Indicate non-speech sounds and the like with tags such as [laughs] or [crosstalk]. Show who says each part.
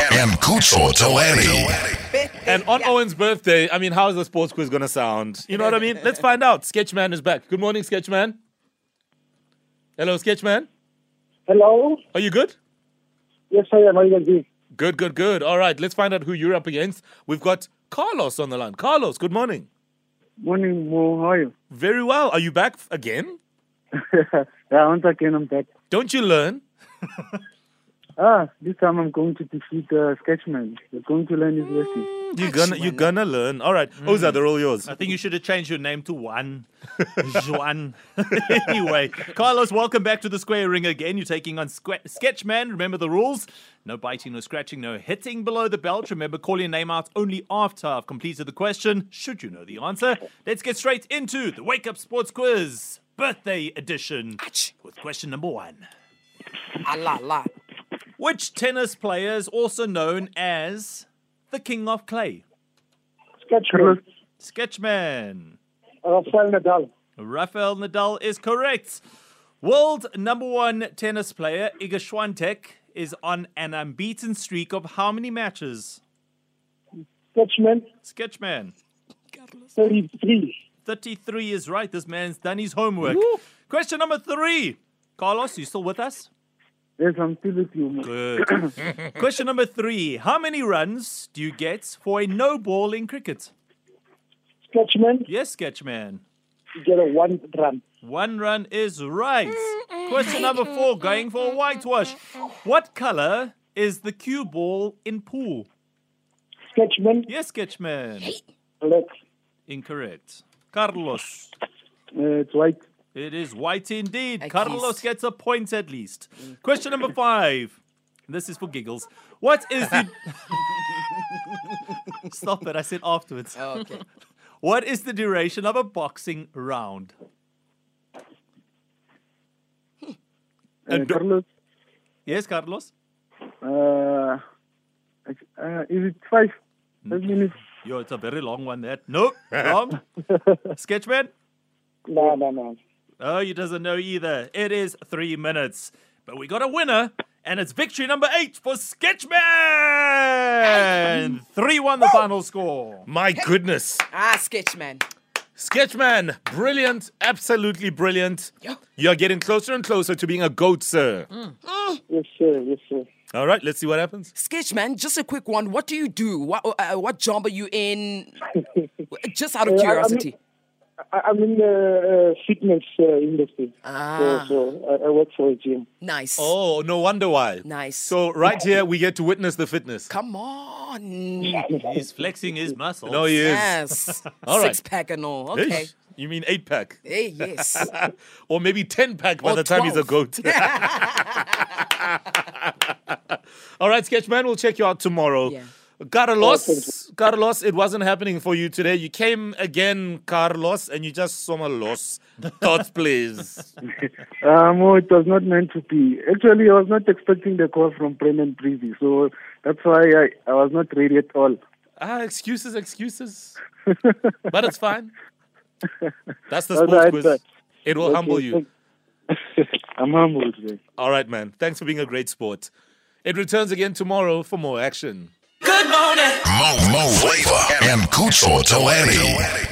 Speaker 1: Kucho Tawani.
Speaker 2: And on Owen's birthday, I mean, how's the sports quiz going to sound? You know what I mean? Let's find out. Sketchman is back. Good morning, Sketchman. Hello, Sketchman.
Speaker 3: Hello?
Speaker 2: Are you good?
Speaker 3: Yes, I am. How are you guys doing?
Speaker 2: Good, good, good. All right, let's find out who you're up against. We've got Carlos on the line. Carlos, good morning.
Speaker 3: Morning, Mo. How are you?
Speaker 2: Very well. Are you back f- again?
Speaker 3: yeah, once again, I'm back.
Speaker 2: Don't you learn?
Speaker 3: Ah, this time I'm going to defeat uh, Sketchman. You're going to learn his lesson.
Speaker 4: Mm,
Speaker 2: You're gonna, you're gonna learn. All right, Oza, they're all yours.
Speaker 4: I think you should have changed your name to Juan. [laughs] Juan. [laughs] anyway, Carlos, welcome back to the square ring again. You're taking on Squ- Sketchman. Remember the rules no biting, no scratching, no hitting below the belt. Remember, call your name out only after I've completed the question, should you know the answer. Let's get straight into the Wake Up Sports Quiz Birthday Edition with question number one.
Speaker 5: la la.
Speaker 4: Which tennis player is also known as the King of Clay?
Speaker 3: Sketchman. Uh,
Speaker 4: Sketchman.
Speaker 3: Rafael Nadal.
Speaker 4: Rafael Nadal is correct. World number one tennis player Iga Swiatek is on an unbeaten streak of how many matches?
Speaker 3: Sketchman,
Speaker 4: Sketchman,
Speaker 3: 33.
Speaker 4: 33 is right. This man's done his homework. Question number three. Carlos, you still with us?
Speaker 3: Yes, I'm still with you, Mo.
Speaker 4: Good. Question number three. How many runs do you get for a no ball in cricket?
Speaker 3: Sketchman,
Speaker 4: Yes, Sketchman.
Speaker 3: you get a one run.
Speaker 4: One run is right. Question number four, going for a whitewash. What color is the cue ball in pool?
Speaker 3: Sketchman,
Speaker 4: Yes, Sketchman.
Speaker 3: black.
Speaker 4: Incorrect. Carlos.
Speaker 3: Uh, it's white.
Speaker 4: It is white indeed.
Speaker 5: At
Speaker 4: Carlos
Speaker 5: least.
Speaker 4: gets a point at least. Question number five. This is for giggles. What is the. Stop it, I said afterwards.
Speaker 5: Okay.
Speaker 4: [laughs] What is the duration of a boxing round?
Speaker 3: Uh,
Speaker 2: And-
Speaker 3: Carlos,
Speaker 4: Yes, Carlos?
Speaker 3: uh, uh, is it five? Five minutes?
Speaker 4: Yo, it's a very long one, that. Nope, wrong. Sketchman?
Speaker 3: No, no, no.
Speaker 4: Oh, he doesn't know either. It is three minutes. But we got a winner, and it's victory number eight for Sketchman! 3 1 the final score.
Speaker 2: My goodness.
Speaker 5: Ah, Sketchman.
Speaker 2: Sketchman, brilliant, absolutely brilliant. You're getting closer and closer to being a goat, sir.
Speaker 5: Mm.
Speaker 3: Yes, sir. Yes, sir.
Speaker 2: All right, let's see what happens.
Speaker 5: Sketchman, just a quick one. What do you do? What uh, what job are you
Speaker 3: [laughs]
Speaker 5: in? Just out of
Speaker 3: Uh, I- I'm-
Speaker 5: curiosity.
Speaker 3: I, I'm in the uh, fitness uh, industry.
Speaker 5: Ah.
Speaker 3: So, so I, I work for a gym.
Speaker 5: Nice.
Speaker 2: Oh, no wonder why.
Speaker 5: Nice.
Speaker 2: So, right here, we get to witness the fitness.
Speaker 5: Come on.
Speaker 4: He's flexing his muscles.
Speaker 2: No, he is.
Speaker 5: Yes.
Speaker 2: [laughs] All right.
Speaker 5: Six pack and all. Okay.
Speaker 2: Ish. You mean eight pack?
Speaker 5: Hey, yes.
Speaker 2: Or maybe 10 pack by
Speaker 5: Or
Speaker 2: the time he's a
Speaker 5: 12. [laughs]
Speaker 2: goat. [laughs] All right, Sketchman, we'll check you out tomorrow.
Speaker 5: Yeah.
Speaker 2: Carlos, Carlos, it wasn't happening for you today. You came again, Carlos, and you just saw my loss. Thoughts,
Speaker 3: [laughs]
Speaker 2: please.
Speaker 3: Uh, no, it was not meant to be. Actually, I was not expecting the call from Brendan Breezy, so that's why I, I was not ready at all.
Speaker 2: Ah, excuses, excuses. but it's fine. That's the
Speaker 3: All
Speaker 2: sports
Speaker 3: right,
Speaker 2: quiz.
Speaker 3: sir.
Speaker 2: It will
Speaker 3: uh, Okay,
Speaker 2: humble you.
Speaker 3: thank- [laughs] I'm humble today.
Speaker 2: All right, man. Thanks for being a great sport. It returns again tomorrow for more action.
Speaker 1: Mo Mo Flavor and Kucho Tawani.